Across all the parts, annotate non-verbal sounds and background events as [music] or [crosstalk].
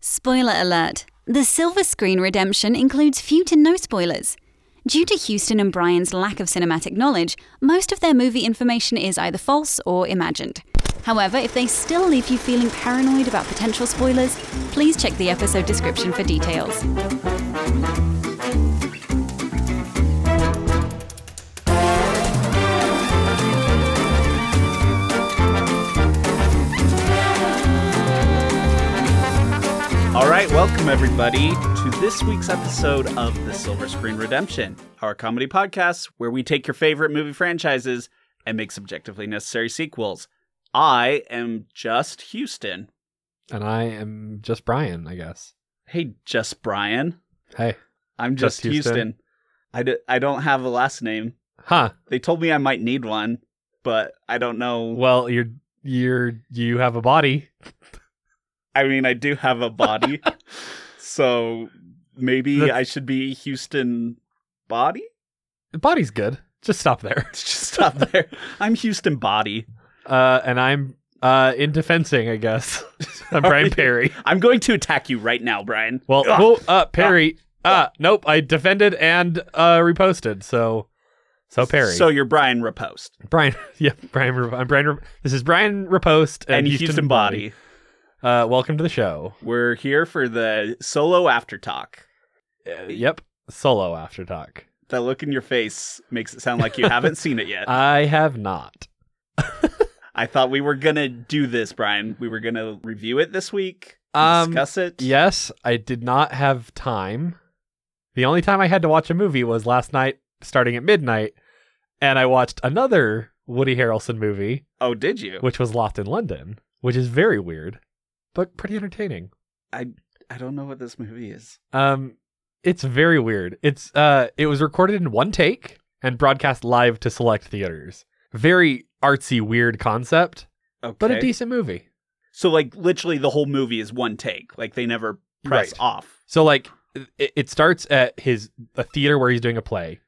Spoiler alert the silver screen redemption includes few to no spoilers. Due to Houston and Brian's lack of cinematic knowledge, most of their movie information is either false or imagined. However, if they still leave you feeling paranoid about potential spoilers, please check the episode description for details. All right, welcome everybody to this week's episode of The Silver Screen Redemption, our comedy podcast where we take your favorite movie franchises and make subjectively necessary sequels. I am just Houston. And I am just Brian, I guess. Hey, just Brian. Hey. I'm just, Just Houston. Houston. I, d- I don't have a last name. Huh. They told me I might need one, but I don't know. Well, you're you're you have a body. I mean, I do have a [laughs] body, so maybe That's- I should be Houston Body. The body's good. Just stop there. [laughs] Just stop there. I'm Houston Body. Uh and I'm uh in defensing, I guess. [laughs] I'm Brian Perry. I'm going to attack you right now, Brian. Well, Ugh. oh, uh Perry. Uh nope, I defended and uh reposted. So so Perry. So you're Brian Repost Brian [laughs] yeah, Brian Rep- I'm Brian Rep- This is Brian Repost and, and, Houston, Body. Uh welcome to the show. We're here for the solo after talk. Uh, yep. Solo after talk. That look in your face makes it sound like you [laughs] haven't seen it yet. I have not. I thought we were gonna do this, Brian. We were gonna review it this week, Um, discuss it. Yes, I did not have time. The only time I had to watch a movie was last night, starting at midnight, and I watched another Woody Harrelson movie, Oh, did you? which was Lost in London, which is very weird, but pretty entertaining. I don't know what this movie is. Um, it's very weird. It's uh, it was recorded in one take and broadcast live to select theaters. Very artsy, weird concept, Okay. but a decent movie. So like literally the whole movie is one take. Like they never press Right. off. So like it, it starts at his a theater where he's doing a play,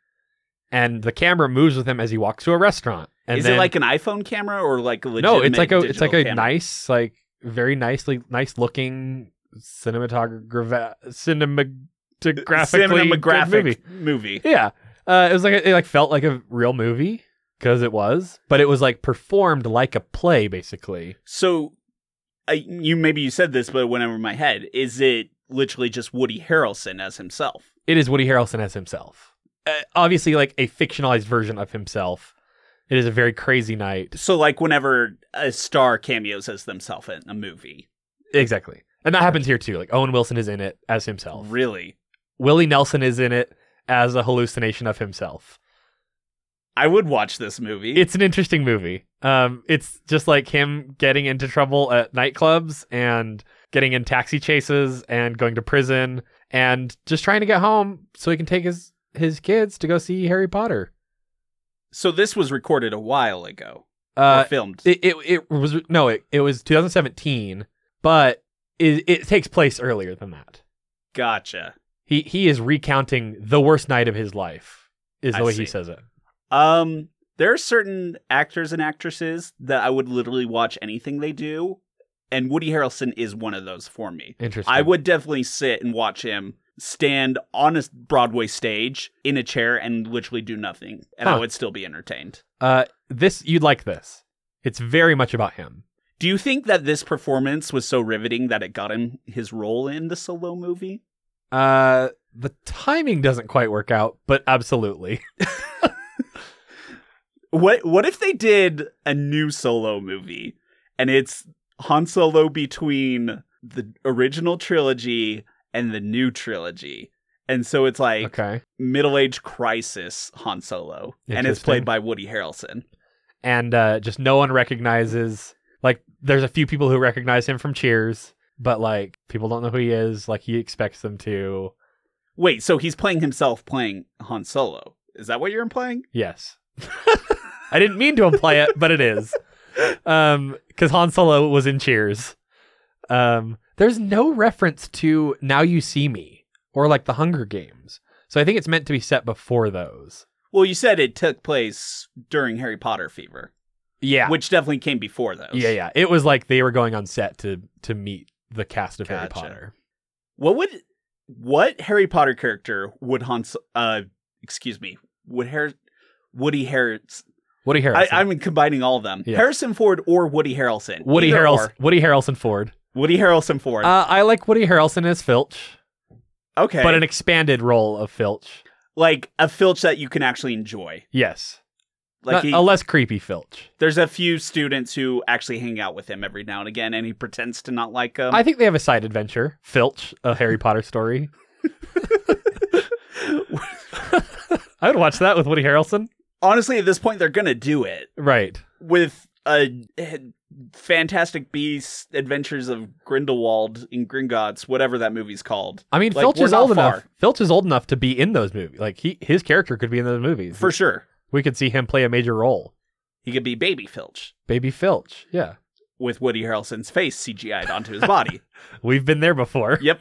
and the camera moves with him as he walks to a restaurant. And is then- it like an iPhone camera or like a no? It's like a legitimate it's like digital a camera? nice like very nicely nice looking cinematograph cinematographically cinematographic good movie. movie. Yeah, uh, it was like a, it like felt like a real movie because it was, but it was like performed like a play basically. So I, you maybe you said this, but it went over my head. Is it literally just Woody Harrelson as himself? it is Woody Harrelson as himself. Uh, obviously, like a fictionalized version of himself. It is a very crazy night. So like whenever a star cameos as themselves in a movie, Exactly. And that happens here too. Like Owen Wilson is in it as himself. really, Willie Nelson is in it as a hallucination of himself. I would watch this movie. It's an interesting movie. Um, it's just like him getting into trouble at nightclubs and getting in taxi chases and going to prison and just trying to get home so he can take his his kids to go see Harry Potter. so this was recorded a while ago Uh, or filmed. It, it it was no, it, it was 2017, but it it takes place earlier than that. gotcha. He he is recounting the worst night of his life. Is the I way see. he says it. Um, there are certain actors and actresses that I would literally watch anything they do, and Woody Harrelson is one of those for me. Interesting. I would definitely sit and watch him stand on a Broadway stage in a chair and literally do nothing, and I Huh. would still be entertained. Uh, this you'd like this. It's very much about him. Do you think that this performance was so riveting that it got him his role in the solo movie? Uh, the timing doesn't quite work out, but [laughs] absolutely. What What if they did a new solo movie and it's Han Solo between the original trilogy and the new trilogy? And so it's like Okay. middle age crisis Han Solo, and it's Interesting. played by Woody Harrelson. And uh, just no one recognizes. Like, there's a few people who recognize him from Cheers, but like people don't know who he is. Like he expects them to. Wait, so he's playing himself playing Han Solo. Is that what you're implying? Yes. I didn't mean to imply it, but it is. Um, because Han Solo was in Cheers. Um, there's no reference to Now You See Me or like the Hunger Games. So I think it's meant to be set before those. Well, you said it took place during Harry Potter fever, Yeah. which definitely came before those. yeah, yeah. It was like they were going on set to to meet the cast of Harry Gotcha. Potter. What would what Harry Potter character would Han? Sol- Uh, excuse me. Would Har- Woody Harris? Woody I, Harrelson. I'm combining all of them. Yeah. Harrison Ford or Woody Harrelson. Woody Either Harrelson. or. Woody Harrelson Ford. Woody Harrelson Ford. Uh, I like Woody Harrelson as Filch, okay, but an expanded role of Filch. like a Filch that you can actually enjoy. Yes, Like Not- he, a less creepy Filch. there's a few students who actually hang out with him every now and again, and he pretends to not like them. I think they have a side adventure. Filch, a [laughs] Harry Potter story. I would watch that with Woody Harrelson. Honestly, at this point, they're gonna do it Right. with a eh, Fantastic Beasts: Adventures of Grindelwald in Gringotts, whatever that movie's called. I mean, Like, Filch we're is not old far. enough. Filch is old enough to be in those movies. Like he, his character could be in those movies. for sure. we could see him play a major role. He could be Baby Filch Baby Filch. Yeah, with Woody Harrelson's face CGI'd onto his [laughs] body. we've been there before. Yep.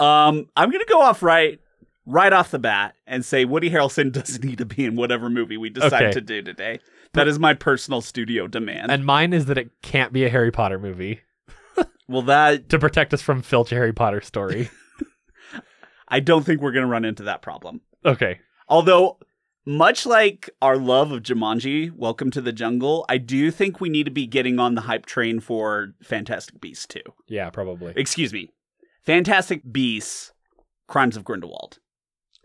um, I'm gonna go off right right off the bat and say Woody Harrelson doesn't [laughs] need to be in whatever movie we decide Okay. to do today. That is my personal studio demand. And mine is that it can't be a Harry Potter movie well, that to protect us from Filch a Harry Potter [laughs] story. I don't think we're gonna run into that problem. okay. Although, much like our love of Jumanji, Welcome to the Jungle, I do think we need to be getting on the hype train for Fantastic Beasts 2. Yeah, probably. Excuse me, Fantastic Beasts: Crimes of Grindelwald.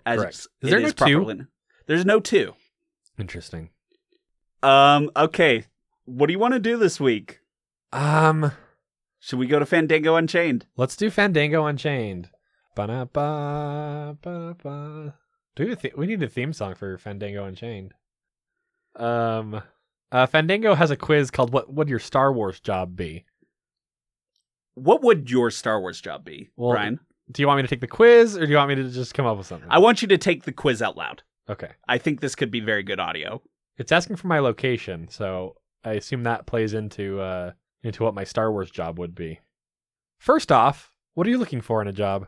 As Correct. Is Is there no two? There's no two. Interesting. Um. Okay. What do you want to do this week? Um, Should we go to Fandango Unchained? let's do Fandango Unchained. Ba-da-ba, ba-da-ba. Do we, need a the- we need a theme song for Fandango Unchained. Um, uh, Fandango has a quiz called "What Would Your Star Wars Job Be?" What would your Star Wars job be, Well, uh, Brian? Do you want me to take the quiz, or do you want me to just come up with something? I want you to take the quiz out loud. okay. I think this could be very good audio. It's asking for my location, so I assume that plays into uh into what my Star Wars job would be. First off, what are you looking for in a job?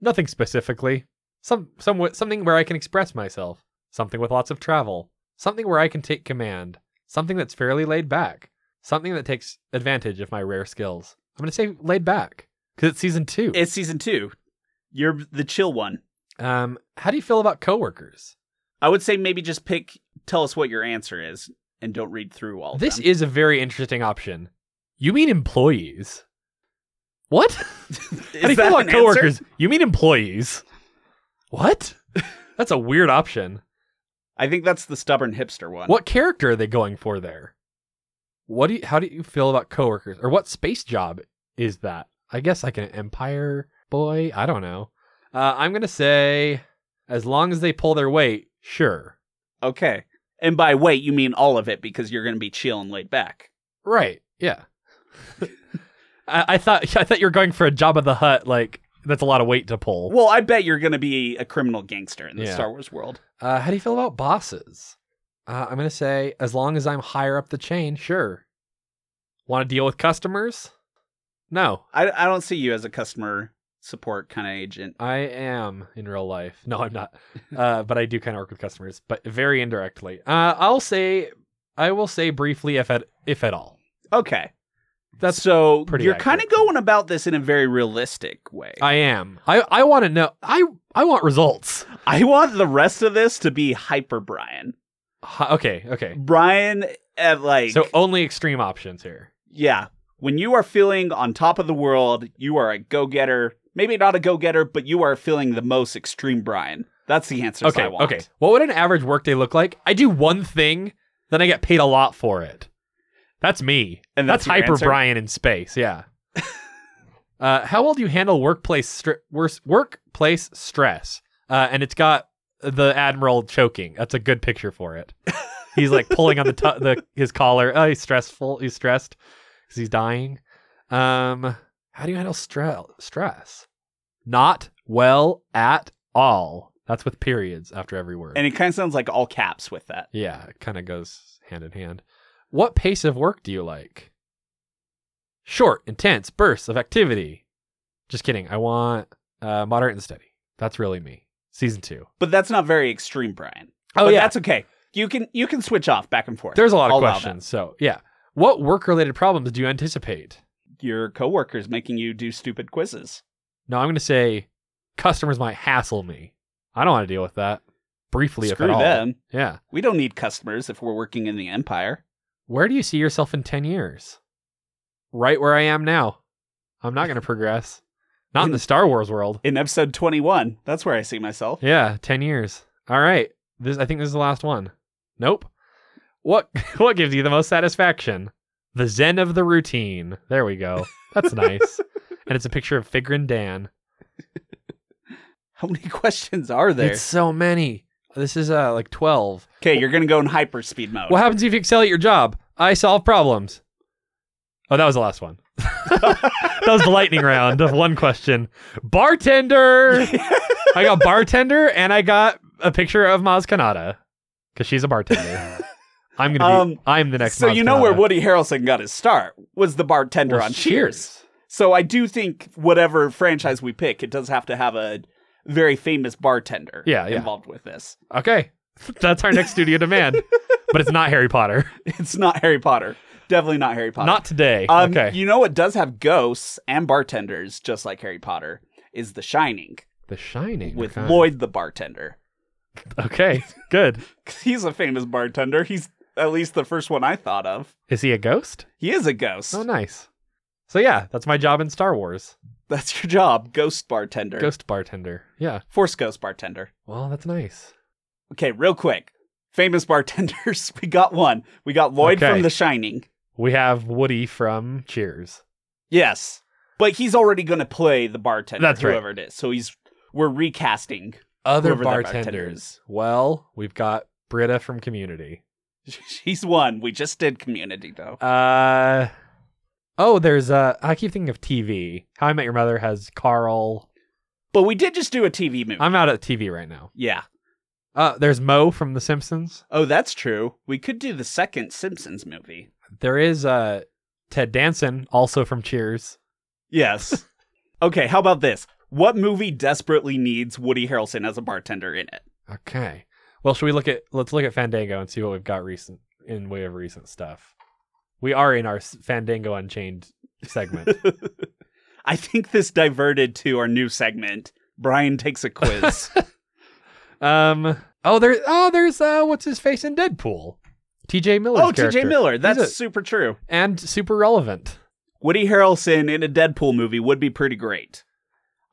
Nothing specifically. Some some something where I can express myself, something with lots of travel, something where I can take command, something that's fairly laid back, something that takes advantage of my rare skills. I'm going to say laid back cuz it's season 2. It's season two. You're the chill one. um how do you feel about coworkers? I would say maybe just pick. Tell us what your answer is, and don't read through all. of This [laughs] them. [laughs] is a very interesting option. You mean employees? [laughs] What? How do you Is feel that about an answer? coworkers? You mean employees? [laughs] What? That's a weird option. I think that's the stubborn hipster one. What character are they going for there? What do you, how do you feel about coworkers? Or what space job is that? I guess like an empire boy. I don't know. Uh, I'm gonna say, as long as they pull their weight, sure. Okay. And by wait, you mean all of it because you're going to be chill and laid back. Right. Yeah. [laughs] I, I thought [laughs] I thought you were going for a job of the hut. Like that's a lot of weight to pull. Well, I bet you're going to be a criminal gangster in the Yeah. Star Wars world. Uh, how do you feel about bosses? Uh, I'm gonna say as long as I'm higher up the chain, sure. Want to deal with customers? No, I, I don't see you as a customer support kind of agent. I am in real life. No, I'm [laughs] not. Uh, but I do kind of work with customers, but very indirectly. Uh, I'll say I will say briefly if at if at all. Okay. That's so pretty you're kind of accurate. going about this in a very realistic way. I am. I I want to know. I I want results. I want the rest of this to be hyper Brian. Hi- okay, okay. Brian at like So only extreme options here. Yeah. When you are feeling on top of the world, you are a go getter. Maybe not a go getter, but you are feeling the most extreme, Brian. That's the answers Okay, I want. okay. What would an average workday look like? I do one thing, then I get paid a lot for it. That's me. And that's your hyper answer? Brian in space. Yeah. [laughs] uh, how well do you handle workplace str- worse workplace stress? Uh, and it's got the admiral choking. That's a good picture [laughs] for it. He's like pulling on the, tu the his collar. Oh, he's stressful. He's stressed because he's dying. Um, how do you handle stre- stress? Not well at all. That's with periods after every word. And it kind of sounds like all caps with that. yeah, it kind of goes hand in hand. What pace of work do you like? Short, intense bursts of activity. Just kidding. I want uh, moderate and steady. That's really me. Season two. But that's not very extreme, Brian. Oh, But yeah. that's okay. You can you can switch off back and forth. There's a lot of I'll allow questions. So yeah, what work related problems do you anticipate? that. your coworkers making you do stupid quizzes. No, I'm going to say customers might hassle me. I don't want to deal with that. Briefly, if Screw at all. them. Yeah. We don't need customers if we're working in the empire. Where do you see yourself in 10 years? Right where I am now. I'm not [laughs] going to progress. Not in the Star Wars world. In episode 21, that's where I see myself. Yeah, 10 years. All right. This I think this is the last one. Nope. What [laughs] what gives you the most satisfaction? The zen of the routine. There we go. [laughs] That's nice. and it's a picture of Figrin Dan. How many [laughs] questions are there? It's so many. This is uh like 12. Okay, you're going to go in hyperspeed mode. What happens if you excel at your job? I solve problems. Oh, that was the last one. [laughs] that was the lightning round of one question. Bartender. I got bartender and I got a picture of Maz Kanata because she's [laughs] a bartender. I'm gonna be. Um, I'm the next. so Maz you know where Kanata. Woody Harrelson got his start was the bartender Well, on Cheers. So I do think whatever franchise we pick, it does have to have a very famous bartender Yeah, yeah. involved with this. [laughs] Okay, that's our next studio demand. But it's not Harry Potter. It's not Harry Potter. Definitely not Harry Potter. Not today. Um, okay. You know what does have ghosts and bartenders, just like Harry Potter, is The Shining the Shining with okay. Lloyd the bartender. [laughs] Okay. Good. 'Cause he's a famous bartender. He's at least the first one I thought of. Is he a ghost? He is a ghost. Oh, nice. So yeah, that's my job in Star Wars. That's your job, ghost bartender. Ghost bartender. Yeah. Force ghost bartender. Well, that's nice. Okay, real quick. Famous bartenders. [laughs] We got one. We got Lloyd Okay. from The Shining. We have Woody from Cheers. Yes. But he's already going to play the bartender, That's right. whoever it is. So he's we're recasting. [laughs] Other Whoever that bartenders. bartender Well, we've got Britta from Community. She's one. We just did Community though. Uh Oh, there's uh I keep thinking of TV. How I Met Your Mother has Carl. But we did just do a TV movie. I'm out at TV right now. yeah. Uh there's Mo from The Simpsons. Oh, that's true. We could do the second Simpsons movie. There is uh Ted Danson also from Cheers. Yes. [laughs] okay, how about this? What movie desperately needs Woody Harrelson as a bartender in it? Okay. Well, should we look at let's look at Fandango and see what we've got recent in way of recent stuff. We are in our s- Fandango Unchained [laughs] segment. I think this diverted to our new segment. Brian takes a [laughs] quiz. Um. Oh, there. Oh, there's. Uh, what's his face in Deadpool? T.J. Miller. oh, TJ Miller. That's super true. and super relevant. Woody Harrelson in a Deadpool movie would be pretty great.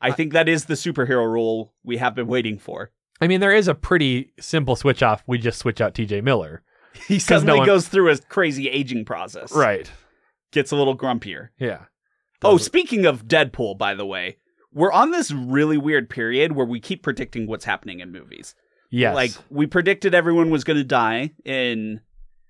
I think that is the superhero role we have been waiting for. [laughs] I mean, there is a pretty simple switch off. We just switch out T.J. Miller. [laughs] He suddenly no one- goes through a crazy aging process. Right. Gets a little grumpier. Yeah. Oh, Doesn't- speaking of Deadpool, by the way, we're on this really weird period where we keep predicting what's happening in movies. yes. Like, we predicted everyone was going to die in,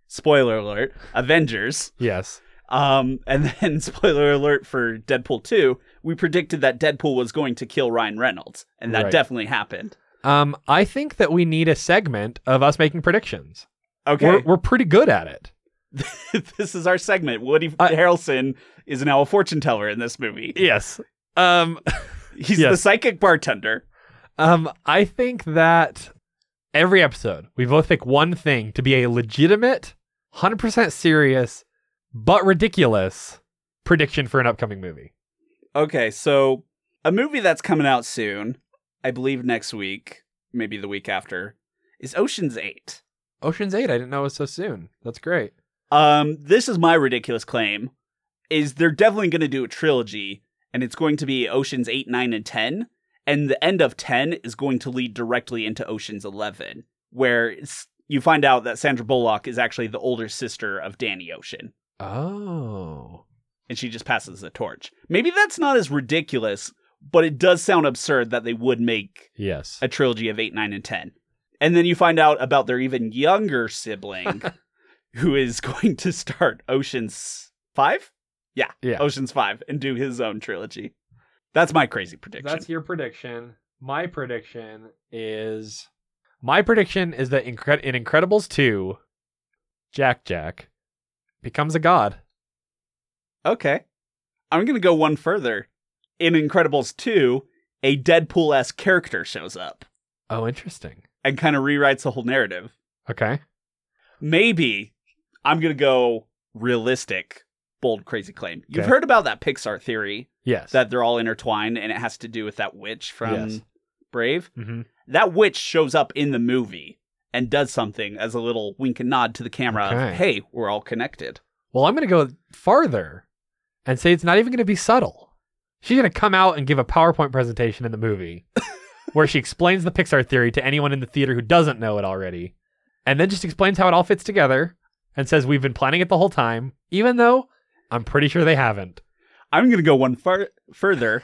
spoiler alert, Avengers. yes. Um, and [laughs] then, spoiler alert for Deadpool 2, we predicted that Deadpool was going to kill Ryan Reynolds, and that Right. definitely happened. Um, I think that we need a segment of us making predictions. Okay. We're we're pretty good at it. [laughs] this is our segment. Woody I- Harrelson is now a fortune teller in this movie. Yes. Um. He's the yes. psychic bartender. Um. I think that every episode we both pick one thing to be a legitimate, hundred percent serious, but ridiculous prediction for an upcoming movie. Okay, so a movie that's coming out soon, I believe next week, maybe the week after, is Ocean's 8. Ocean's Eight. I didn't know it was so soon. That's great. Um, this is my ridiculous claim is they're definitely going to do a trilogy and it's going to be Oceans 8, 9 and 10 and the end of 10 is going to lead directly into Oceans 11 where it's, you find out that Sandra Bullock is actually the older sister of Danny Ocean Oh. and she just passes the torch. Maybe that's not as ridiculous, but it does sound absurd that they would make Yes. a trilogy of 8, 9 and 10. And then you find out about their even younger [laughs] sibling who is going to start Oceans 5? yeah. Ocean's Five and do his own trilogy. That's my crazy prediction. That's your prediction. My prediction is my prediction is that Incred- in Incredibles 2 Jack Jack becomes a god. okay. I'm gonna go one further. In Incredibles two, a Deadpool esque character shows up Oh, interesting. and kind of rewrites the whole narrative. Okay. Maybe I'm gonna go realistic. bold, crazy claim. You've Okay. heard about that Pixar theory Yes. that they're all intertwined and it has to do with that witch from Yes. Brave. hmm That witch shows up in the movie and does something as a little wink and nod to the camera of, Okay. hey, we're all connected. Well, I'm going to go farther and say it's not even going to be subtle. She's going to come out and give a PowerPoint presentation in the movie where she explains the Pixar theory to anyone in the theater who doesn't know it already, and then just explains how it all fits together and says, We've been planning it the whole time, even though I'm pretty sure they haven't. I'm going to go one far- [laughs] further,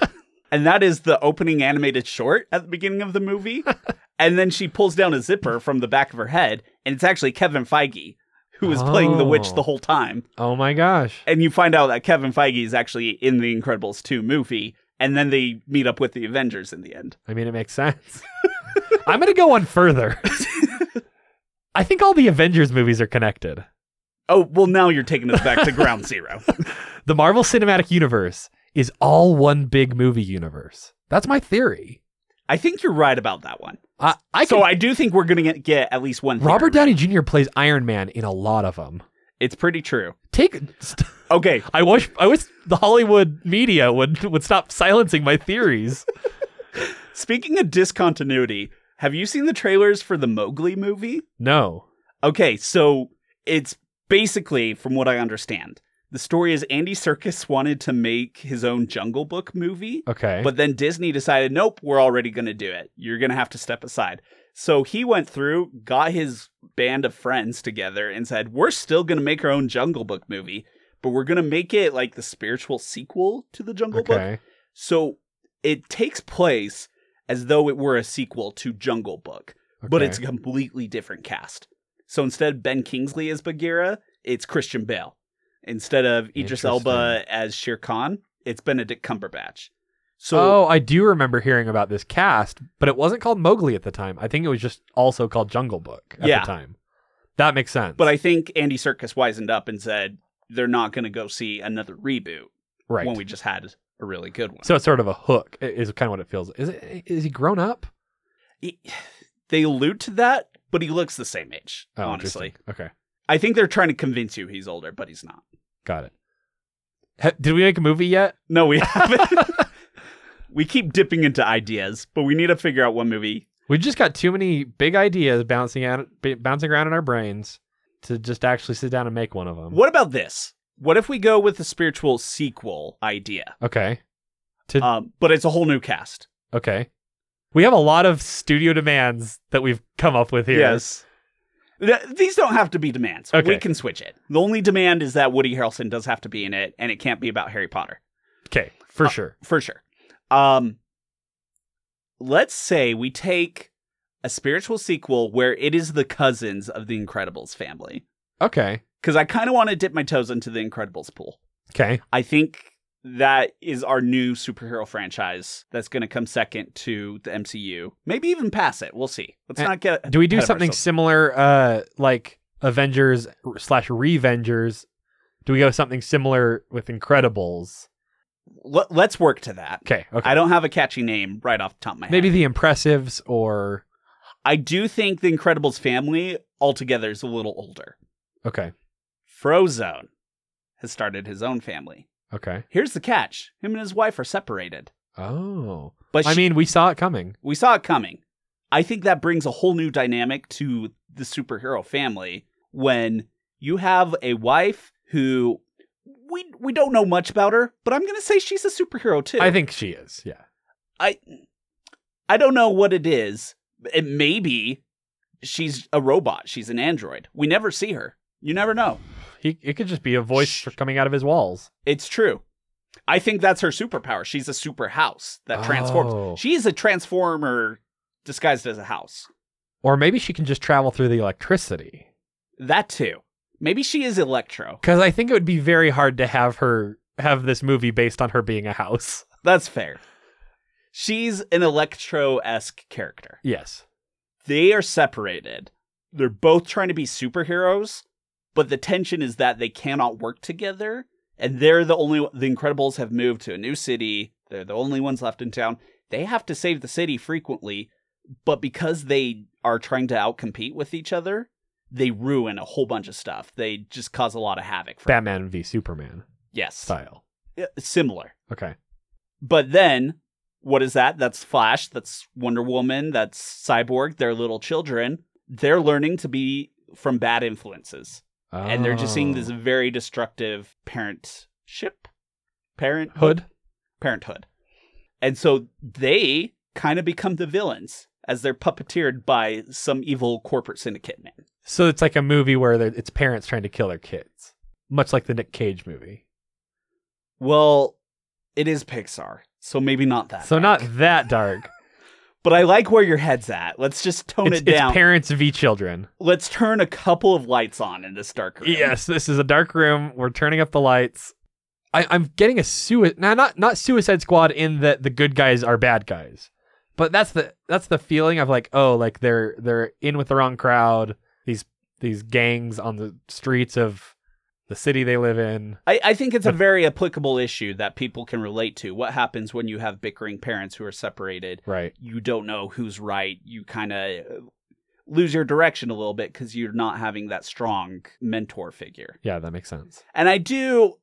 and that is the opening animated short at the beginning of the [laughs] movie. and then she pulls down a zipper from the back of her head, and it's actually Kevin Feige who was playing the witch Oh. the whole time. Oh my gosh. And you find out that Kevin Feige is actually in the Incredibles 2 movie, and then they meet up with the Avengers in the end. I mean, it makes sense. I'm going to go one further. I think all the Avengers movies are connected. Oh, well, now you're taking us back to [laughs] ground zero. The Marvel Cinematic Universe is all one big movie universe. That's my theory. I think you're right about that one. I, I so can, I do think we're going to get at least one. theory. Robert Downey Jr. plays Iron Man in a lot of them. It's pretty true. Take. [laughs] St- Okay, I wish. I wish the Hollywood media would would stop silencing my theories. Speaking of discontinuity, have you seen the trailers for the Mowgli movie? No. Okay, so it's basically, from what I understand, the story is Andy Circus wanted to make his own Jungle Book movie, Okay. but then Disney decided, nope, we're already going to do it. You're going to have to step aside. So he went through, got his band of friends together, and said, we're still going to make our own Jungle Book movie, but we're going to make it like the spiritual sequel to the Jungle Book. okay. So it takes place as though it were a sequel to Jungle Book, but okay. it's a completely different cast. So instead of Ben Kingsley as Bagheera, it's Christian Bale. Instead of Idris Interesting. Elba as Shere Khan, it's Benedict Cumberbatch. So oh, I do remember hearing about this cast, but it wasn't called Mowgli at the time. I think it was just also called Jungle Book at Yeah. the time. That makes sense. but I think Andy Serkis wisened up and said they're not going to go see another reboot right. when we just had a really good one. so it's sort of a hook. i- Is kind of what it feels. Is it? Is he grown up? He- they allude to that, but he looks the same age, Oh, interesting. honestly. Okay. I think they're trying to convince you he's older, but he's not. Got it. Ha- Did we make a movie yet? No, we [laughs] haven't. we keep dipping into ideas, but we need to figure out one movie. We just got too many big ideas bouncing out, b- bouncing around in our brains to just actually sit down and make one of them. What about this? What if we go with the spiritual sequel idea? Okay. To Um, but it's a whole new cast. okay. We have a lot of studio demands that we've come up with here. Th- these don't have to be demands. We Okay. can switch it. The only demand is that Woody Harrelson does have to be in it, and it can't be about Harry Potter. Okay, for sure. For sure. Um, let's say we take a spiritual sequel where it is the cousins of the Incredibles family. Okay. Because I kind of want to dip my toes into the Incredibles pool. Okay. I think that is our new superhero franchise that's going to come second to the MCU. Maybe even pass it. We'll see. Let's Eh, not get. Do we do uh, ahead of something ourselves. similar, uh, like Avengers slash Revengers? Do we go something similar with Incredibles? Let- let's work to that. Okay. Okay. I don't have a catchy name right off the top of my head. Maybe the Impressives or I do think the Incredibles family altogether is a little older. okay. Frozone has started his own family. Okay. Here's the catch: him and his wife are separated. Oh. But I she- mean, we saw it coming. we saw it coming. I think that brings a whole new dynamic to the superhero family when you have a wife who we we don't know much about her, but I'm going to say she's a superhero too. I think she is. Yeah. I I don't know what it is. It maybe she's a robot. She's an android. We never see her. You never know. He it could just be a voice Shh. for coming out of his walls. It's true. I think that's her superpower. She's a super house that transforms. Oh. She is a transformer disguised as a house. Or maybe she can just travel through the electricity. That too. Maybe she is Electro. Cuz I think it would be very hard to have her have this movie based on her being [laughs] a house. That's fair. She's an Electro esque character. Yes. They are separated. They're both trying to be superheroes, but the tension is that they cannot work together. And they're the only the Incredibles have moved to a new city. They're the only ones left in town. They have to save the city frequently, but because they are trying to outcompete with each other, they ruin a whole bunch of stuff. They just cause a lot of havoc. For Batman v Superman. Yes. style. Yeah, Similar. Okay. But then, what is that? That's Flash, that's Wonder Woman, that's Cyborg, they're little children. They're learning to be from bad influences. And they're just seeing this Oh. very destructive parent ship? Parent Oh. hood. Parenthood. And so they kind of become the villains as they're puppeteered by some evil corporate syndicate man. So it's like a movie where they're- it's parents trying to kill their kids, much like the Nick Cage movie. Well, it is Pixar, so maybe not that. so dark. not that dark. But I like where your head's at. Let's just [laughs] tone it's, it it's down. parents v children. Let's turn a couple of lights on in this dark room. Yes, this is a dark room. We're turning up the lights. I, I'm getting a suicide. Now, not not Suicide Squad in that the good guys are bad guys, but that's the that's the feeling of like oh like they're they're in with the wrong crowd. These these gangs on the streets of the city they live in. I, I think it's a very applicable issue that people can relate to. What happens when you have bickering parents who are separated? Right. You don't know who's right. You kind of lose your direction a little bit because you're not having that strong mentor figure. Yeah, that makes sense. And I do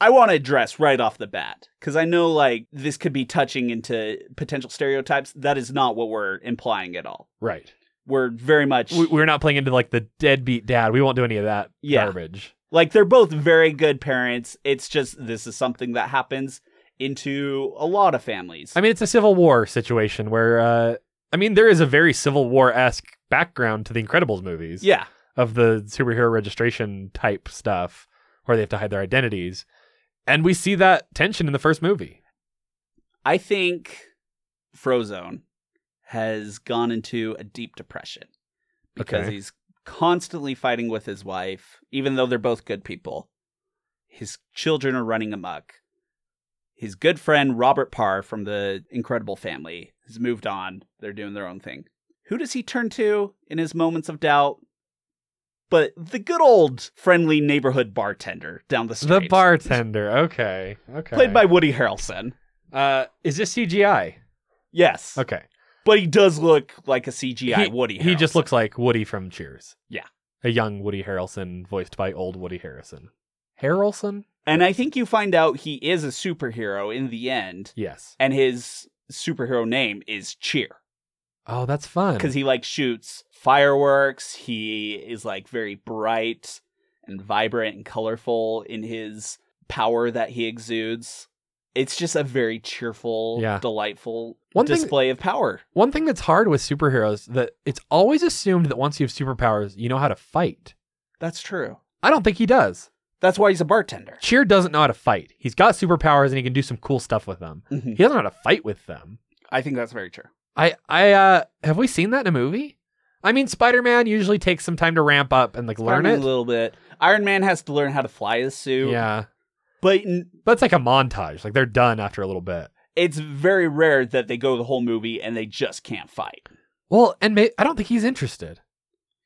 I want to address right off the bat cuz I know like this could be touching into potential stereotypes. That is not what we're implying at all. Right. We're very much We, we're not playing into like the deadbeat dad. We won't do any of that Yeah. garbage. like they're both very good parents. It's just this is something that happens into a lot of families. I mean, it's a Civil War situation where uh, I mean there is a very Civil War esque background to the Incredibles movies. yeah. of the superhero registration type stuff where they have to hide their identities. And we see that tension in the first movie. I think Frozone has gone into a deep depression because Okay. he's constantly fighting with his wife, even though they're both good people. His children are running amok. His good friend Robert Parr from the Incredible Family has moved on. They're doing their own thing. Who does he turn to in his moments of doubt? But the good old friendly neighborhood bartender down the street. The bartender. Okay. Okay. Played by Woody Harrelson. uh is this CGI? Yes. Okay. But he does look like a CGI Woody. He just Harrelson. looks like Woody from Cheers. Yeah. A young Woody Harrelson voiced by old Woody Harrison. Harrelson? And I think you find out he is a superhero in the end, Yes. and his superhero name is Cheer Oh, that's fun. because he like shoots fireworks. He is like very bright and vibrant and colorful in his power that he exudes. It's just a very cheerful, Yeah. delightful One thing- display of power. One thing that's hard with superheroes that it's always assumed that once you have superpowers, you know how to fight. That's true. I don't think he does. That's why he's a bartender. [laughs] Cheer doesn't know how to fight. He's got superpowers and he can do some cool stuff with them. He Mhm. doesn't know how to fight with them. I think that's very true. I I uh have we seen that in a movie? I mean Spider-Man usually takes some time to ramp up and like learn Probably it. a little bit. Iron Man has to learn how to fly his suit. yeah. But n- But it's like a montage. Like they're done after a little bit. it's very rare that they go the whole movie and they just can't fight. Well, and ma- I don't think he's interested.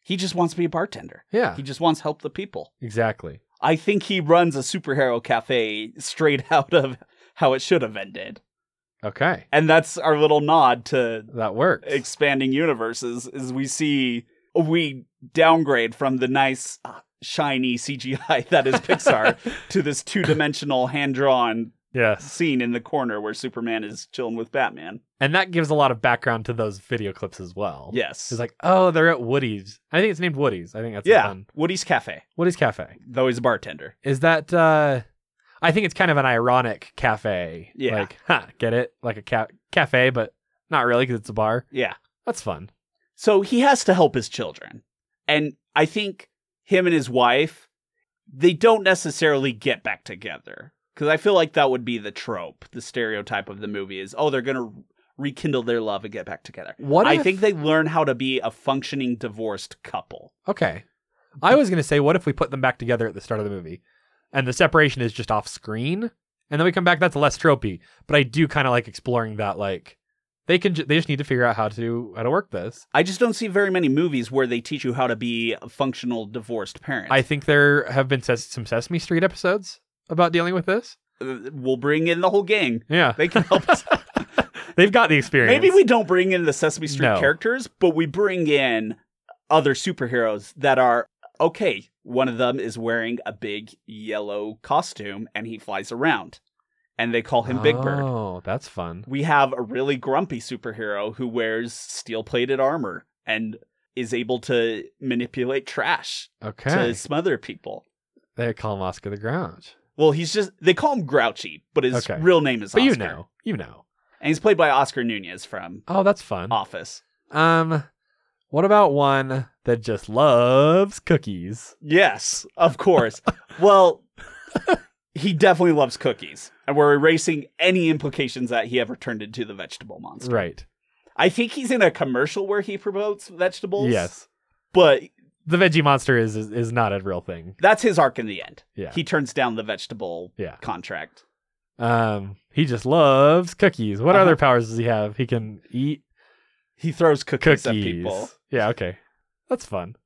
He just wants to be a bartender. Yeah. He just wants to help the people. Exactly. I think he runs a superhero cafe straight [laughs] out of how it should have ended. Okay. And that's our little nod to That works. expanding universes is we see we downgrade from the nice uh, shiny CGI [laughs] that is [laughs] Pixar to this two-dimensional hand-drawn yes. scene in the corner where Superman is chilling with Batman. And that gives a lot of background to those video clips as well. Yes. It's like, "Oh, they're at Woody's." I think it's named Woody's. I think that's a yeah, fun. Woody's Cafe, Woody's Cafe. though he's a bartender. is that uh i think it's kind of an ironic cafe Yeah. like huh, get it like a ca- cafe but not really because it's a bar Yeah. that's fun So he has to help his children. And I think him and his wife, they don't necessarily get back together. Because I feel like that would be the trope, the stereotype of the movie is, oh, they're going to rekindle their love and get back together. what I if- think they learn how to be a functioning divorced couple. okay i was gonna say what if we put them back together at the start of the movie and the separation is just off screen and then we come back that's less tropey but i do kind of like exploring that like they can ju- they just need to figure out how to how to work this I just don't see very many movies where they teach you how to be a functional divorced parent. i think there have been ses- some sesame street episodes about dealing with this Uh, we'll bring in the whole gang. yeah [laughs] They can help us. they've got the experience Maybe we don't bring in the Sesame Street No. characters, but we bring in other superheroes that are okay. One of them is wearing a big yellow costume and he flies around. And they call him Big Bird. Oh, that's fun. We have a really grumpy superhero who wears steel plated armor and is able to manipulate trash Okay. to smother people. They call him Oscar the Grouch. Well, he's just, they call him Grouchy, but his Okay. real name is But Oscar. you know. You know. And he's played by Oscar Nunez from Oh, that's fun. Office. Um, what about one that just loves cookies? Yes, of course. well, he definitely loves cookies, and we're erasing any implications that he ever turned into the vegetable monster. Right. I think he's in a commercial where he promotes vegetables. Yes. But The veggie monster is, is is not a real thing. that's his arc in the end. Yeah. He turns down the vegetable Yeah. contract. Um, he just loves cookies. What Uh-huh. other powers does he have? He can eat He throws cookies, cookies. at people. Yeah, okay. That's fun.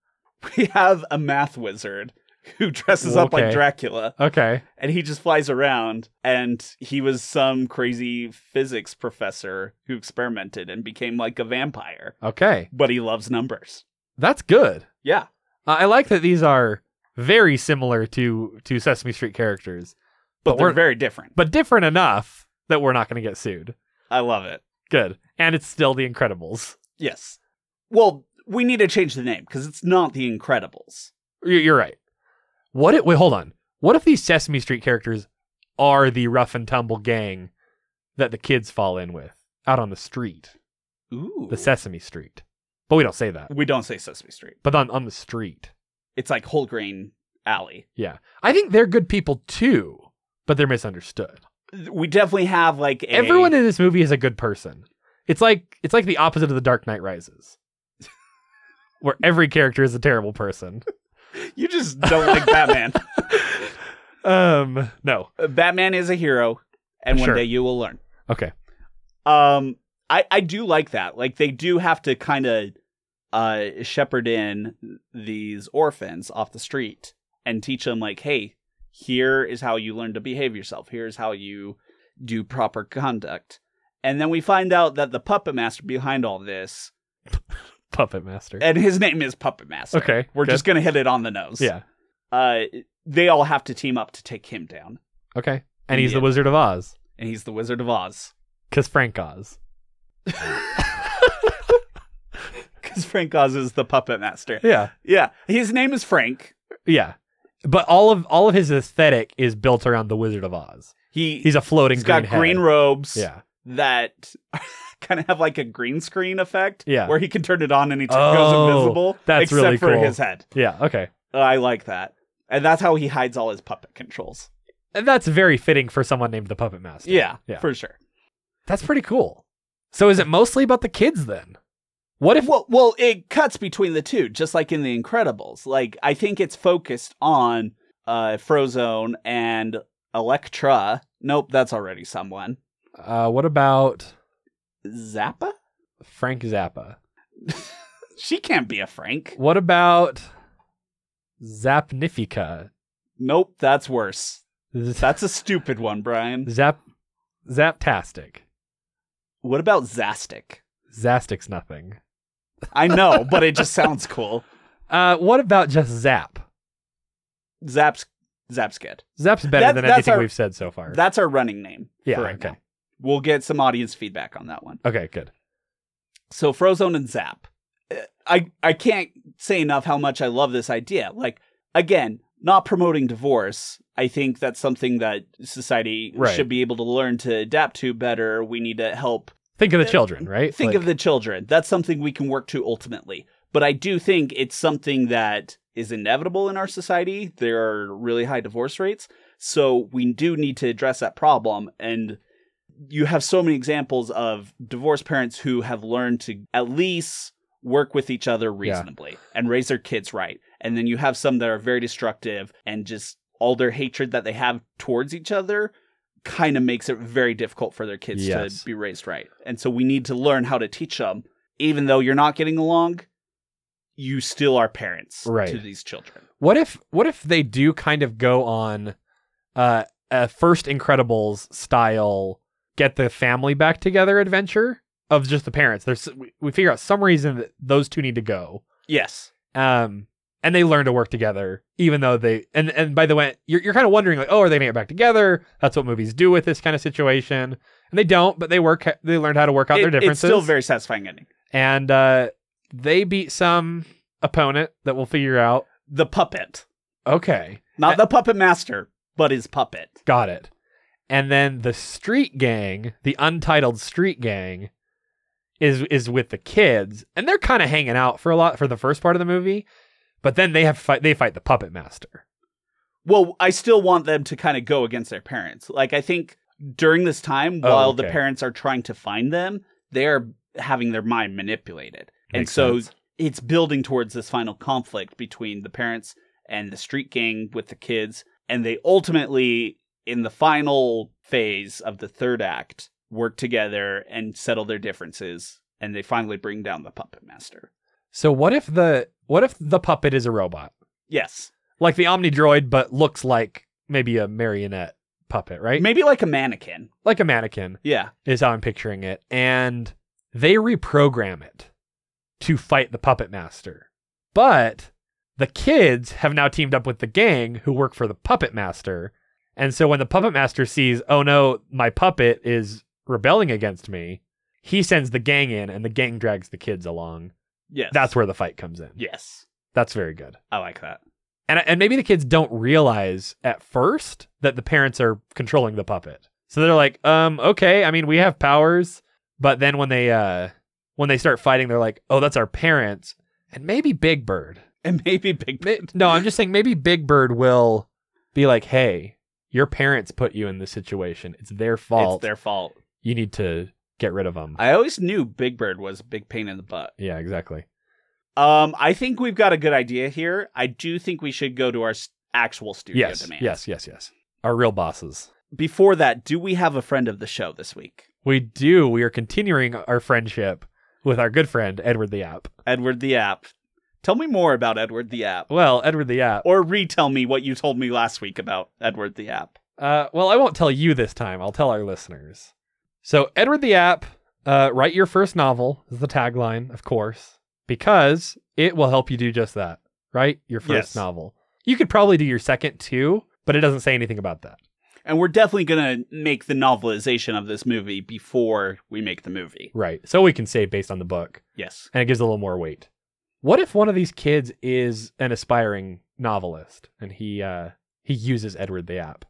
We have a math wizard who dresses up like Okay. Dracula Okay. and he just flies around and he was some crazy physics professor who experimented and became like a vampire. Okay. but he loves numbers. That's good. Yeah. Uh, I I like that these are very similar to to Sesame Street characters, But, But they're we're- very different. but different enough that we're not going to get sued. I love it. Good. And it's still The Incredibles. Yes. Well, we need to change the name because it's not The Incredibles. You're, you're right. What if, wait, hold on. What if these Sesame Street characters are the rough and tumble gang that the kids fall in with out on the street, Ooh. the Sesame Street? But we don't say that. we don't say Sesame Street. But on, on the street. It's like Whole Grain Alley. Yeah. I think they're good people too, but they're misunderstood. We definitely have like a. Everyone in this movie is a good person. It's like it's like the opposite of The Dark Knight Rises. [laughs] where every character is a terrible person. You just don't like [laughs] Batman. Um, no. Uh, Batman is a hero, and one Sure. day you will learn. Okay. Um, I, I do like that. Like, they do have to kind of uh, shepherd in these orphans off the street and teach them, like, hey, here is how you learn to behave yourself. Here's how you do proper conduct. And then we find out that the puppet master behind all this, Puppet Master. and his name is Puppet Master. Okay, We're good. just going to hit it on the nose. yeah. Uh, they all have to team up to take him down. Okay. And he's Yeah. the Wizard of Oz. And he's the Wizard of Oz. Cause Frank Oz. Because Frank Oz is the puppet [laughs] master. Yeah. Yeah. His name is Frank. Yeah. But all of all of his aesthetic is built around the Wizard of Oz. He He's a floating he's green got head. green robes Yeah. that [laughs] kind of have like a green screen effect. Yeah. Where he can turn it on and he t- Oh, goes invisible. that's except really for cool. his head. Yeah, okay. I like that. And that's how he hides all his puppet controls. And that's very fitting for someone named the Puppet Master. Yeah, Yeah. for sure. That's pretty cool. So is it mostly about the kids then? What if Well, well, it cuts between the two, just like in The Incredibles. Like I think it's focused on uh, Frozone and Electra. Nope, that's already someone. uh what about Zappa? Frank Zappa? She can't be a Frank. What about Zapnifica? Nope, that's worse. Z- That's a stupid one, Brian. Zap Zaptastic. What about Zastic? Zastic's nothing. I know, but it just [laughs] sounds cool. Uh what about just Zap? Zap's Zap's good. Zap's better That- than that's anything our- we've said so far. That's our running name. Yeah, for right okay. now. We'll get some audience feedback on that one. okay, good. So Frozone and Zap. Uh, I I can't say enough how much I love this idea. Like again, not promoting divorce. I think that's something that society Right. should be able to learn to adapt to better. We need to help Think of the children, right? Uh, think Like, of the children. That's something we can work to ultimately. But I do think it's something that is inevitable in our society. There are really high divorce rates. So we do need to address that problem. And you have so many examples of divorced parents who have learned to at least work with each other reasonably and raise their kids right. And then you have some that are very destructive and just all their hatred that they have towards each other kind of makes it very difficult for their kids Yes. to be raised right. And so we need to learn how to teach them, even though you're not getting along, you still are parents Right. to these children. What if what if they do kind of go on uh, a first Incredibles style get the family back together adventure of just the parents? There's we- we figure out some reason that those two need to go. Yes. Um and they learn to work together, even though they and and by the way, you're you're kind of wondering like, oh, are they gonna get back together? That's what movies do with this kind of situation, and they don't, but they work. They learned how to work out their It- it's differences, still very satisfying ending. and uh, they beat some opponent that we'll figure out. The puppet, Okay, not the puppet master, but his puppet. got it. And then the street gang, the untitled street gang, is is with the kids, and they're kind of hanging out for a lot for the first part of the movie, but then they have fight. They fight the puppet master. Well, I still want them to kind of go against their parents. Like I think during this time, Oh, while the okay. parents are trying to find them, they are having their mind manipulated, and Makes so sense. it's building towards this final conflict between the parents and the street gang with the kids, and they ultimately, in the final phase of the third act, work together and settle their differences, and they finally bring down the puppet master. So what if the what if the puppet is a robot? Yes, Like the Omnidroid but looks like maybe a marionette puppet, right? maybe like a mannequin. Like a mannequin Yeah, is how I'm picturing it. And they reprogram it to fight the puppet master. But the kids have now teamed up with the gang who work for the puppet master. And so when the puppet master sees, "Oh no, my puppet is rebelling against me." He sends the gang in and the gang drags the kids along. yes, That's where the fight comes in. yes. That's very good. I like that. and and maybe the kids don't realize at first that the parents are controlling the puppet. So they're like, um, okay, I mean, we have powers, but then when they uh when they start fighting, they're like, oh, that's our parents, and maybe Big Bird. [laughs] And maybe Big May- No, I'm just saying maybe Big Bird will be like, hey, your parents put you in this situation. It's their fault. It's their fault. you need to get rid of them. I always knew Big Bird was a big pain in the butt. yeah, exactly. Um, I think we've got a good idea here. I do think we should go to our s- actual studio Yes, demands. yes, yes, yes. Our real bosses. Before that, do we have a friend of the show this week? We do. We are continuing our friendship with our good friend Edward the App. Edward the App. Tell me more about Edward the App, Well, Edward the App. or retell me what you told me last week about Edward the App. Uh, well, I won't tell you this time. I'll tell our listeners. So, Edward the App, uh, write your first novel is the tagline, of course, because it will help you do just that. Right, your first Yes. novel. You could probably do your second too, but it doesn't say anything about that. And we're definitely gonna make the novelization of this movie before we make the movie. Right. So we can say based on the book, Yes. and it gives a little more weight. What if one of these kids is an aspiring novelist and he uh, he uses Edward the App?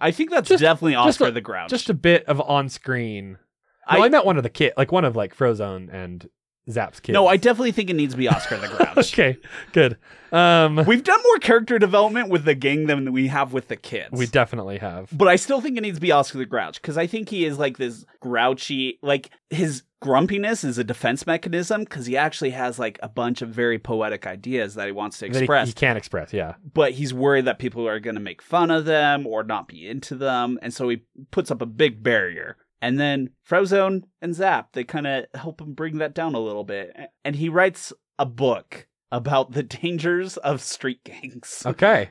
I think that's Just- definitely just Oscar a- the Grouch. Just a bit of on-screen I- No, I, meant one of the kid, like one of like Frozone and Zap's kids. no, I definitely think it needs to be Oscar the Grouch. [laughs] okay, good. Um, we, We've done more character development with the gang than we have with the kids. definitely have. but I still think it needs to be Oscar the Grouch because I think he is like this grouchy, like his grumpiness is a defense mechanism because he actually has like a bunch of very poetic ideas that he wants to That he- express, He, can't express. Yeah, but he's worried that people are going to make fun of them or not be into them. And so he puts up a big barrier. And then Frozone and Zap, they kind of help him bring that down a little bit. And he writes a book about the [laughs] dangers of street gangs. okay.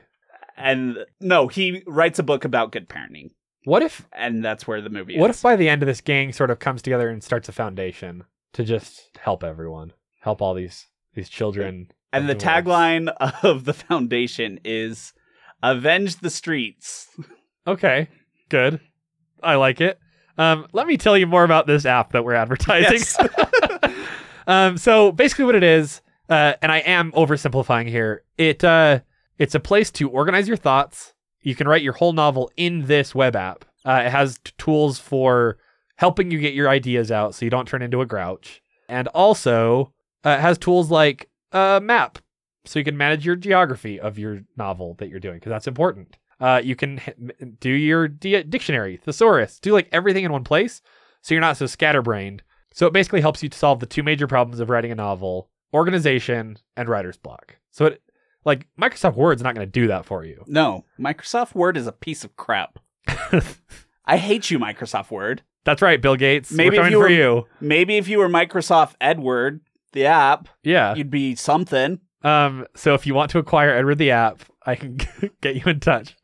And no, he writes a book about good parenting, What if? and that's where the movie What is. if by the end of this gang sort of comes together and starts a foundation to just help everyone, help all these these children. and the of divorce? tagline of the foundation is "Avenge the streets." Okay, good. I like it. Um, let me tell you more about this app that we're advertising. Yes. [laughs] um, so basically, what it is, uh, and I am oversimplifying here. It uh, it's a place to organize your thoughts. You can write your whole novel in this web app. Uh, it has t- tools for helping you get your ideas out, so you don't turn into a grouch. And also, uh, it has tools like a map so you can manage your geography of your novel that you're doing because that's important. Uh, you can h- m- do your di- dictionary, thesaurus, do like everything in one place, so you're not so scatterbrained. So it basically helps you to solve the two major problems of writing a novel: organization and writer's block. So it, like Microsoft Word's not going to do that for you. No, Microsoft Word is a piece of [laughs] crap. I hate you, Microsoft Word. That's right, Bill Gates. Maybe if we're coming you for were- you. Maybe if you were Microsoft Edward, the app, Yeah. you'd be something. Um, so if you want to acquire Edward the app, I can [laughs] get you in touch.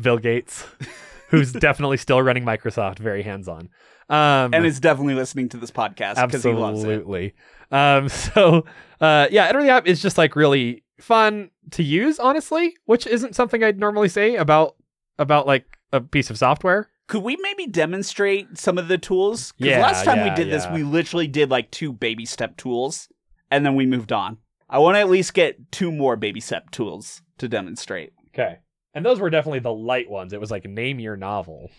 Bill Gates, [laughs] who's definitely still running Microsoft, very hands on. Um, And is definitely listening to this podcast because he loves it. absolutely. Um, so uh, yeah, Edward the app is just like really fun to use, honestly, which isn't something I'd normally say about about like a piece of software. Could we maybe demonstrate some of the tools? 'Cause Yeah, last time we yeah, did this, yeah. we literally did like two baby step tools and then we moved on. I want to at least get two more baby step tools to demonstrate Okay. And those were definitely the light ones. It was like name your novel.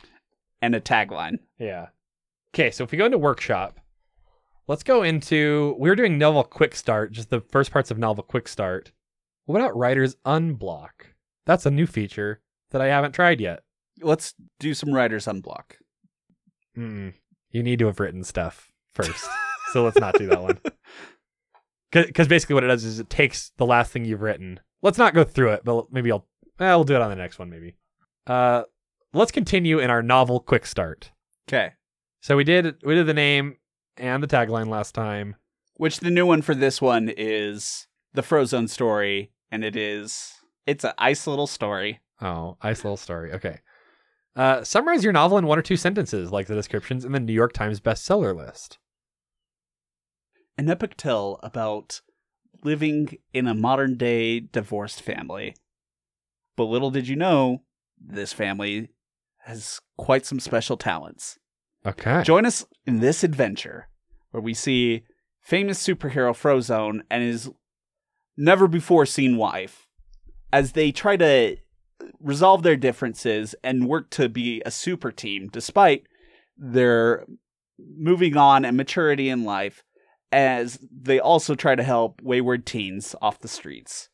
and a tagline. Yeah. Okay, so if we go into workshop, let's go into we were doing novel quick start, just the first parts of novel quick start. What about writers unblock? That's a new feature that I haven't tried yet. Let's do some writers unblock. Mm. You need to have written stuff first. so let's not do that one. Because basically, what it does is it takes the last thing you've written. Let's not go through it, but maybe I'll. Eh, we'll do it on the next one, maybe. Uh, let's continue in our novel quick start. Okay. So we did we did the name and the tagline last time. Which the new one for this one is the Frozone story, and it is it's an ice little story. Oh, ice little story. Okay. Uh, summarize your novel in one or two sentences, like the descriptions in the New York Times bestseller list. An epic tale about living in a modern day divorced family. But little did you know, this family has quite some special talents. Okay. Join us in this adventure where we see famous superhero Frozone and his never before seen wife as they try to resolve their differences and work to be a super team despite their moving on and maturity in life as they also try to help wayward teens off the streets.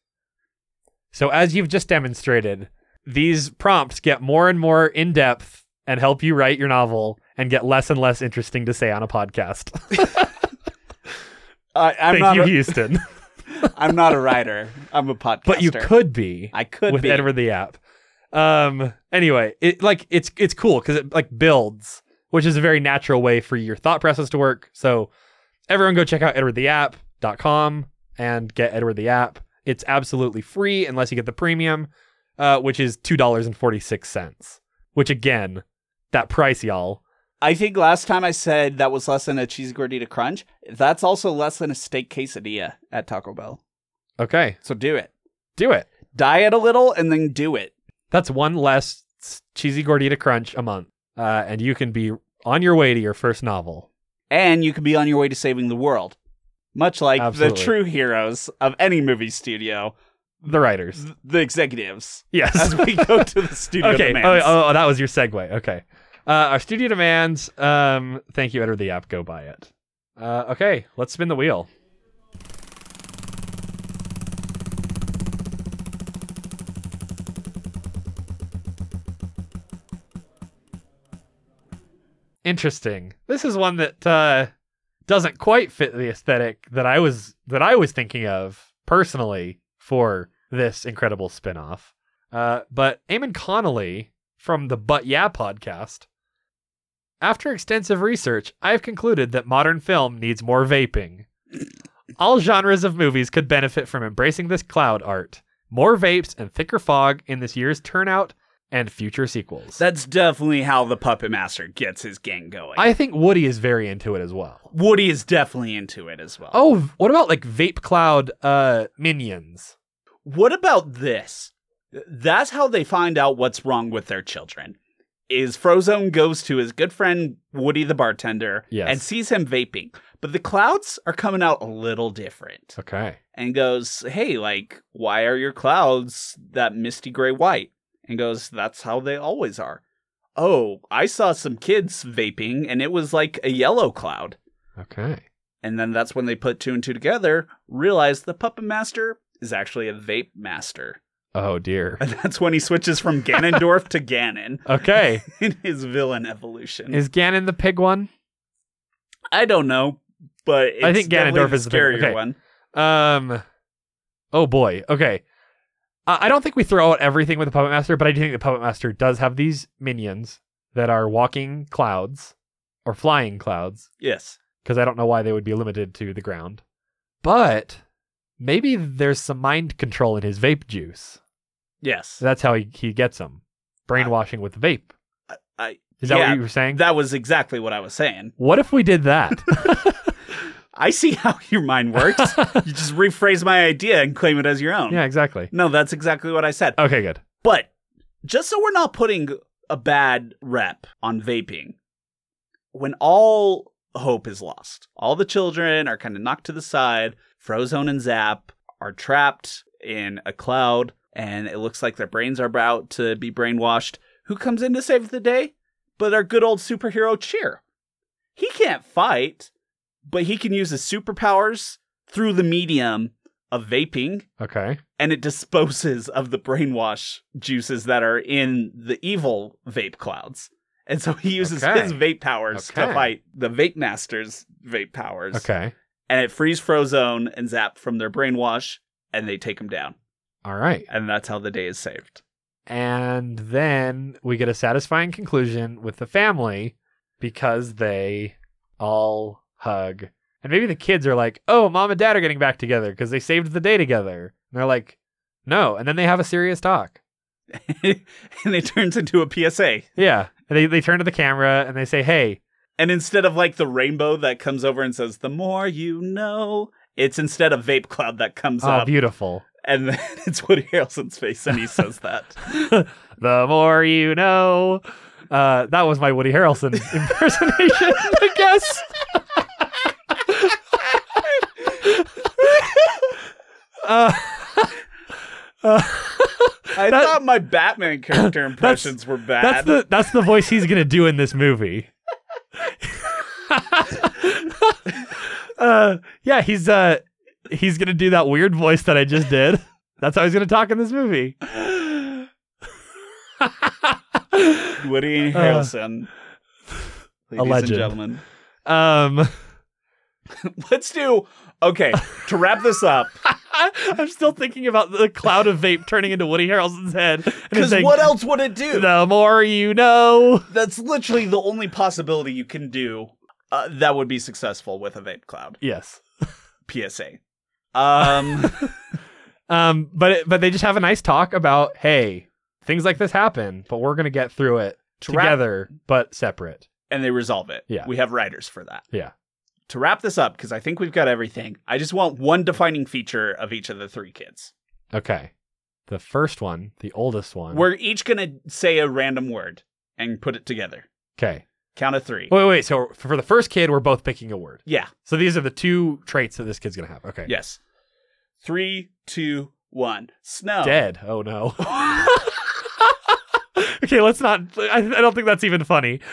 So, as you've just demonstrated, these prompts get more and more in depth and help you write your novel and get less and less interesting to say on a podcast. [laughs] I I'm Thank not you, a, [laughs] Houston. I'm not a writer. I'm a podcaster. [laughs] but you could be I could with be Edward the App. Um. Anyway, it like it's it's cool because it like builds, which is a very natural way for your thought process to work. So, everyone go check out edwardtheapp.com and get Edward the App. It's absolutely free unless you get the premium, uh, which is two dollars and forty six cents. Which again, that price, y'all. I think last time I said that was less than a cheesy gordita crunch. That's also less than a steak quesadilla at Taco Bell. Okay, So do it. do it. Diet a little and then do it. That's one less s- cheesy gordita crunch a month, uh, and you can be on your way to your first novel. And you could be on your way to saving the world. Much like the Absolutely. true heroes of any movie studio, The writers, th- the [laughs] executives, yes. as we go to the studio okay. Oh, demands. oh, oh, that was your segue. Okay. Uh, our studio demands. Um, thank you, Edward the app. Go buy it. Uh, okay, let's spin the wheel. Interesting. This is one that uh, doesn't quite fit the aesthetic that I was that I was thinking of personally for this incredible spin-off. Uh, but Eamon Connolly from the But Yeah podcast. After extensive research, I have concluded that modern film needs more vaping. All genres of movies could benefit from embracing this cloud art. More vapes and thicker fog in this year's turnout and future sequels. That's definitely how the Puppet Master gets his gang going. I think Woody is very into it as well. Woody is definitely into it as well. Oh, what about like vape cloud uh minions? What about this? That's how they find out what's wrong with their children. Is Frozone goes to his good friend Woody the bartender Yes. and sees him vaping. But the clouds are coming out a little different. Okay. And goes, Hey, like, why are your clouds that misty gray white? And goes, That's how they always are. Oh, I saw some kids vaping and it was like a yellow cloud. Okay. And then that's when they put two and two together, realize the puppet master is actually a vape master. Oh [laughs] dear. And that's when he switches from Ganondorf to Ganon Okay. in his villain evolution. Is Ganon the pig one? I don't know, but it's I think definitely Ganondorf the is the big- scarier okay. one. Um. Oh boy. Okay. I, I don't think we throw out everything with the puppet master, but I do think the puppet master does have these minions that are walking clouds or flying clouds Yes. because I don't know why they would be limited to the ground. But maybe there's some mind control in his vape juice. Yes. So that's how he, he gets them. Brainwashing with vape. I- Is that yeah, what you were saying? [laughs] [laughs] That was exactly what I was saying. what if we did that? I see how your mind [laughs] works. you just rephrase my idea and claim it as your own. Yeah, exactly. No, that's exactly what I said. Okay, good. But just so we're not putting a bad rep on vaping, when all hope is lost, all the children are kind of knocked to the side, Frozone and Zap are trapped in a cloud, and it looks like their brains are about to be brainwashed. Who comes in to save the day? But our good old superhero Cheer. He can't fight, but he can use his superpowers through the medium of vaping Okay. and it disposes of the brainwash juices that are in the evil vape clouds. And so he uses Okay. his vape powers Okay. to fight the vape master's vape powers. Okay. And it frees Frozone and Zap from their brainwash and they take him down. All right. And that's how the day is saved. [laughs] And then we get a satisfying conclusion with the family because they all hug. And maybe the kids are like, oh, mom and dad are getting back together because they saved the day together. And they're like, no. And then they have a serious talk. and it turns into a PSA. Yeah. And they, they turn to the camera and they say, hey, And instead of like the rainbow that comes over and says, the more you know, it's instead of vape cloud that comes oh, up. beautiful. and then [laughs] it's Woody Harrelson's face and he says that. the more you know. Uh, that was my Woody Harrelson impersonation, I guess. uh, I That- thought my Batman [coughs] character impressions were bad. that's the that's the voice he's gonna do in this [laughs] movie. uh, yeah, he's uh, he's gonna do that weird voice that I just did. That's how he's gonna talk in this movie. Woody Harrelson. Ladies Uh, legend. and gentlemen. [laughs] Um, Let's do okay, to wrap this [laughs] up, I'm still thinking about the cloud of vape turning into Woody Harrelson's head. and him because saying, what else would it [laughs] do? The more you know. That's literally the only possibility you can do uh, that would be successful with a vape cloud. Yes. PSA. [laughs] Um Um, but it, but they just have a nice talk about hey, things like this happen, but we're gonna get through it To wrap- together, but separate. and they resolve it. Yeah. We have writers for that. Yeah. To wrap this up, because I think we've got everything, I just want one defining feature of each of the three kids. Okay. The first one, the oldest one. We're each gonna say a random word and put it together. okay. Count of three. Wait, wait. So for the first kid, we're both picking a word. Yeah. So these are the two traits that this kid's gonna have. Okay. Yes. Three, two, one. Snow. Dead. Oh no. [laughs] okay. Let's not. I, I don't think that's even funny. [laughs]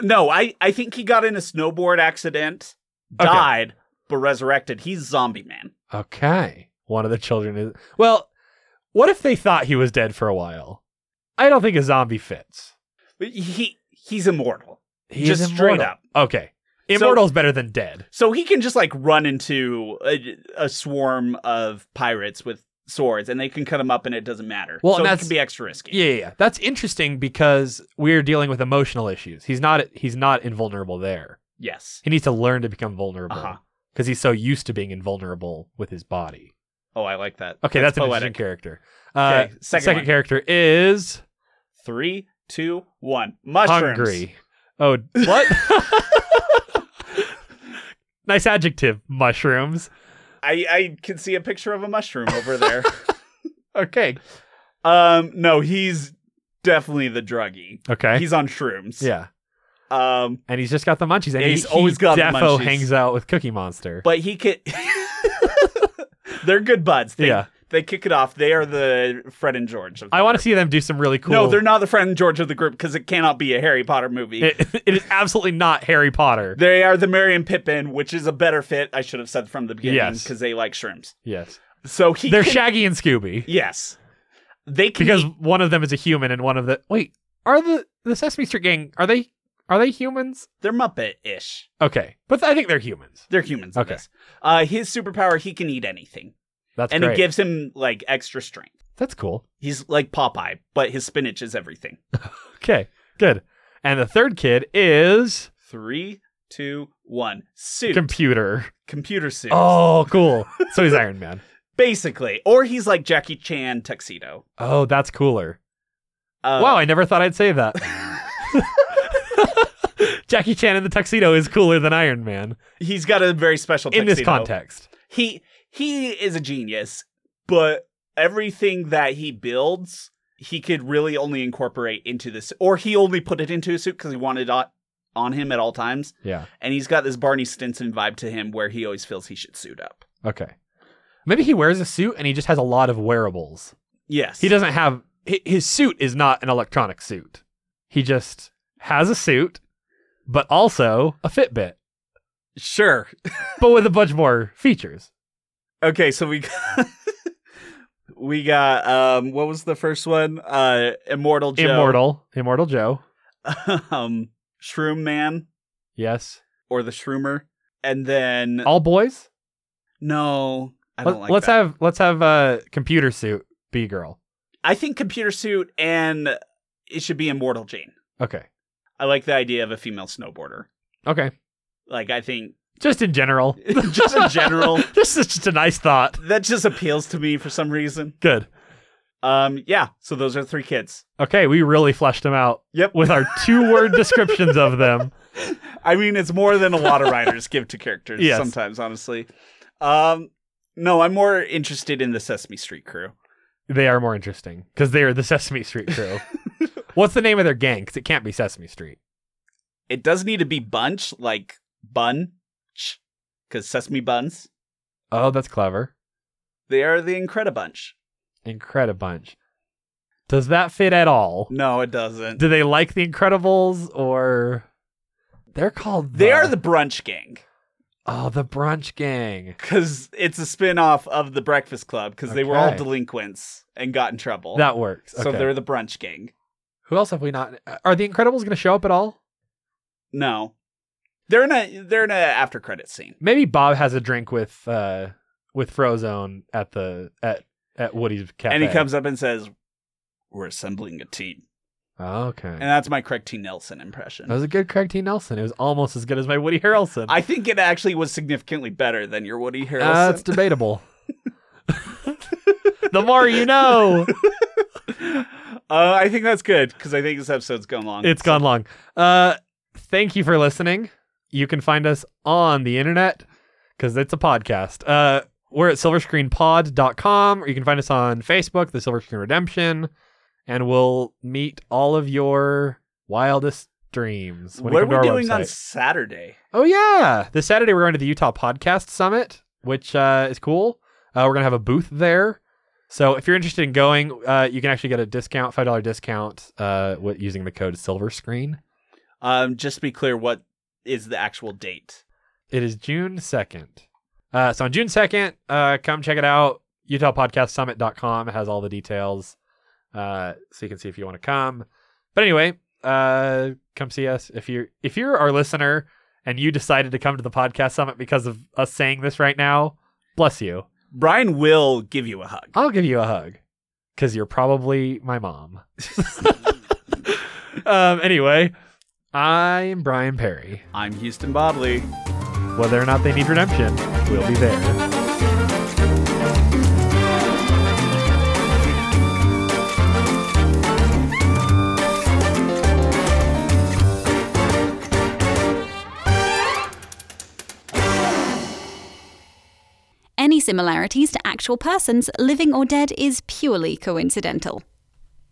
No, I, I think he got in a snowboard accident, Okay. died, but resurrected. He's zombie man. Okay. One of the children is. Well, what if they thought he was dead for a while? I don't think a zombie fits. But He he's immortal. He Just is straight immortal. up. Okay. Immortal's better than dead. So he can just like run into a, a swarm of pirates with swords and they can cut him up and it doesn't matter. Well, so and it that's- can be extra risky. Yeah, yeah, yeah. That's interesting because we're dealing with emotional issues. He's not he's not invulnerable there. Yes. He needs to learn to become vulnerable because Uh-huh. he's so used to being invulnerable with his body. Oh, I like that. Okay, that's, an interesting poetic. character. Uh, Okay, second one. character is Three, two, one. Mushrooms. hungry. Oh, what? [laughs] nice adjective, mushrooms. I, I can see a picture of a mushroom over [laughs] there. Okay. Um, no, he's definitely the druggie. Okay. He's on shrooms. yeah. Um, And he's just got the munchies. And Yeah, he- he's he always got the defo munchies. hangs out with Cookie Monster. but he can. [laughs] they're good buds. They, Yeah. They kick it off. They are the Fred and George. Of the I want to group. see them do some really cool. No, they're not the Fred and George of the group because it cannot be a Harry Potter movie. It- it is absolutely not Harry Potter. they are the Mary and Pippin, which is a better fit. I should have said from the beginning because Yes. they like shrooms. yes. So he. They're can- Shaggy and Scooby Yes. They can because eat- one of them is a human and one of the Wait, are the the Sesame Street gang are they are they humans? they're Muppet-ish. Okay. But I think they're humans. They're humans. in Okay. this. Uh, his superpower, he can eat anything, That's and great. it gives him like extra strength. That's cool. He's like Popeye, but his spinach is everything. Okay. Good. And the third kid is Three, two, one. Suit. computer. Computer suit. Oh, [laughs] cool. So he's Iron Man. Basically. Or he's like Jackie Chan tuxedo. Oh, that's cooler. Uh, [laughs] wow, I never thought I'd say that. Jackie Chan in the tuxedo is cooler than Iron Man He's got a very special in this tuxedo. context. He he is a genius, but everything that he builds, he could really only incorporate into this, or he only put it into a suit because he wanted on, on him at all times. Yeah. And he's got this Barney Stinson vibe to him, where he always feels he should suit up. Okay. Maybe he wears a suit and he just has a lot of wearables. Yes, He doesn't have hi- his suit is not an electronic suit. He just has a suit, but also a Fitbit, Sure. but with a bunch more features. Okay, so we [laughs] we got um what was the first one? Uh Immortal Joe. Immortal, Immortal Joe. [laughs] um Shroom Man Yes. or the Shroomer. And then All boys. no, I don't like Oh. let's that. have let's have a computer suit B girl. I think computer suit and it should be Immortal Jane. Okay. I like the idea of a female snowboarder. Okay. Like I think [laughs] Just in general. just in [laughs] general this is just a nice thought. that just appeals to me for some reason. Good. Um yeah, so those are three kids. Okay, we really fleshed them out Yep. with our [laughs] two word descriptions of them. I mean, it's more than a lot of writers give to characters [laughs] Yes. sometimes, honestly. Um, no, I'm more interested in the Sesame Street crew. They are more interesting because they are the Sesame Street [laughs] crew. What's the name of their gang? Because it can't be Sesame Street. It does need to be bunch, like bun, because sesame buns. Oh, that's clever. They are the Incredibunch. Incredibunch. Does that fit at all? No, it doesn't. Do they like the Incredibles or they're called? They are the brunch gang oh the brunch gang. because it's a spin off of the Breakfast Club because they were all Okay. delinquents and got in trouble. That works. Oh. So Okay. they're the brunch gang. Who else have we not? Are the Incredibles going to show up at all? No, they're in a they're in a after credit scene. Maybe Bob has a drink with uh with Frozone at the at at Woody's cafe. And he comes up and says, "We're assembling a team." Okay. And that's my Craig T. Nelson impression. That was a good Craig T. Nelson. It was almost as good as my Woody Harrelson. I think it actually was significantly better than your Woody Uh, it's Harrelson. [laughs] debatable. [laughs] the more you know. [laughs] Uh, I think that's good because I think this episode's gone long. It's gone long. Uh, thank you for listening. You can find us on the internet because it's a podcast. Uh, we're at silverscreenpod.com or you can find us on Facebook, The Silver Screen Redemption, and we'll meet all of your wildest dreams. when you What are come to we our doing on website. Saturday? Oh yeah, this Saturday we're going to the Utah Podcast Summit, which uh, is cool. Uh, we're gonna have a booth there, so if you're interested in going, uh, you can actually get a discount, five dollar discount, uh, with, using the code Silver Screen. Um, just to be clear, what is the actual date? It is June second. Uh, so on June second, uh, come check it out. UtahPodcastSummit.com has all the details, uh, so you can see if you want to come. But anyway, uh, come see us if you are if you're our listener and you decided to come to the podcast summit because of us saying this right now. Bless you. Brian will give you a hug. I'll give you a hug because you're probably my mom. [laughs] um, anyway, I'm Brian Perry. I'm Houston Bodley. Whether or not they need redemption, we'll be there. Any similarities to actual persons, living or dead, is purely coincidental.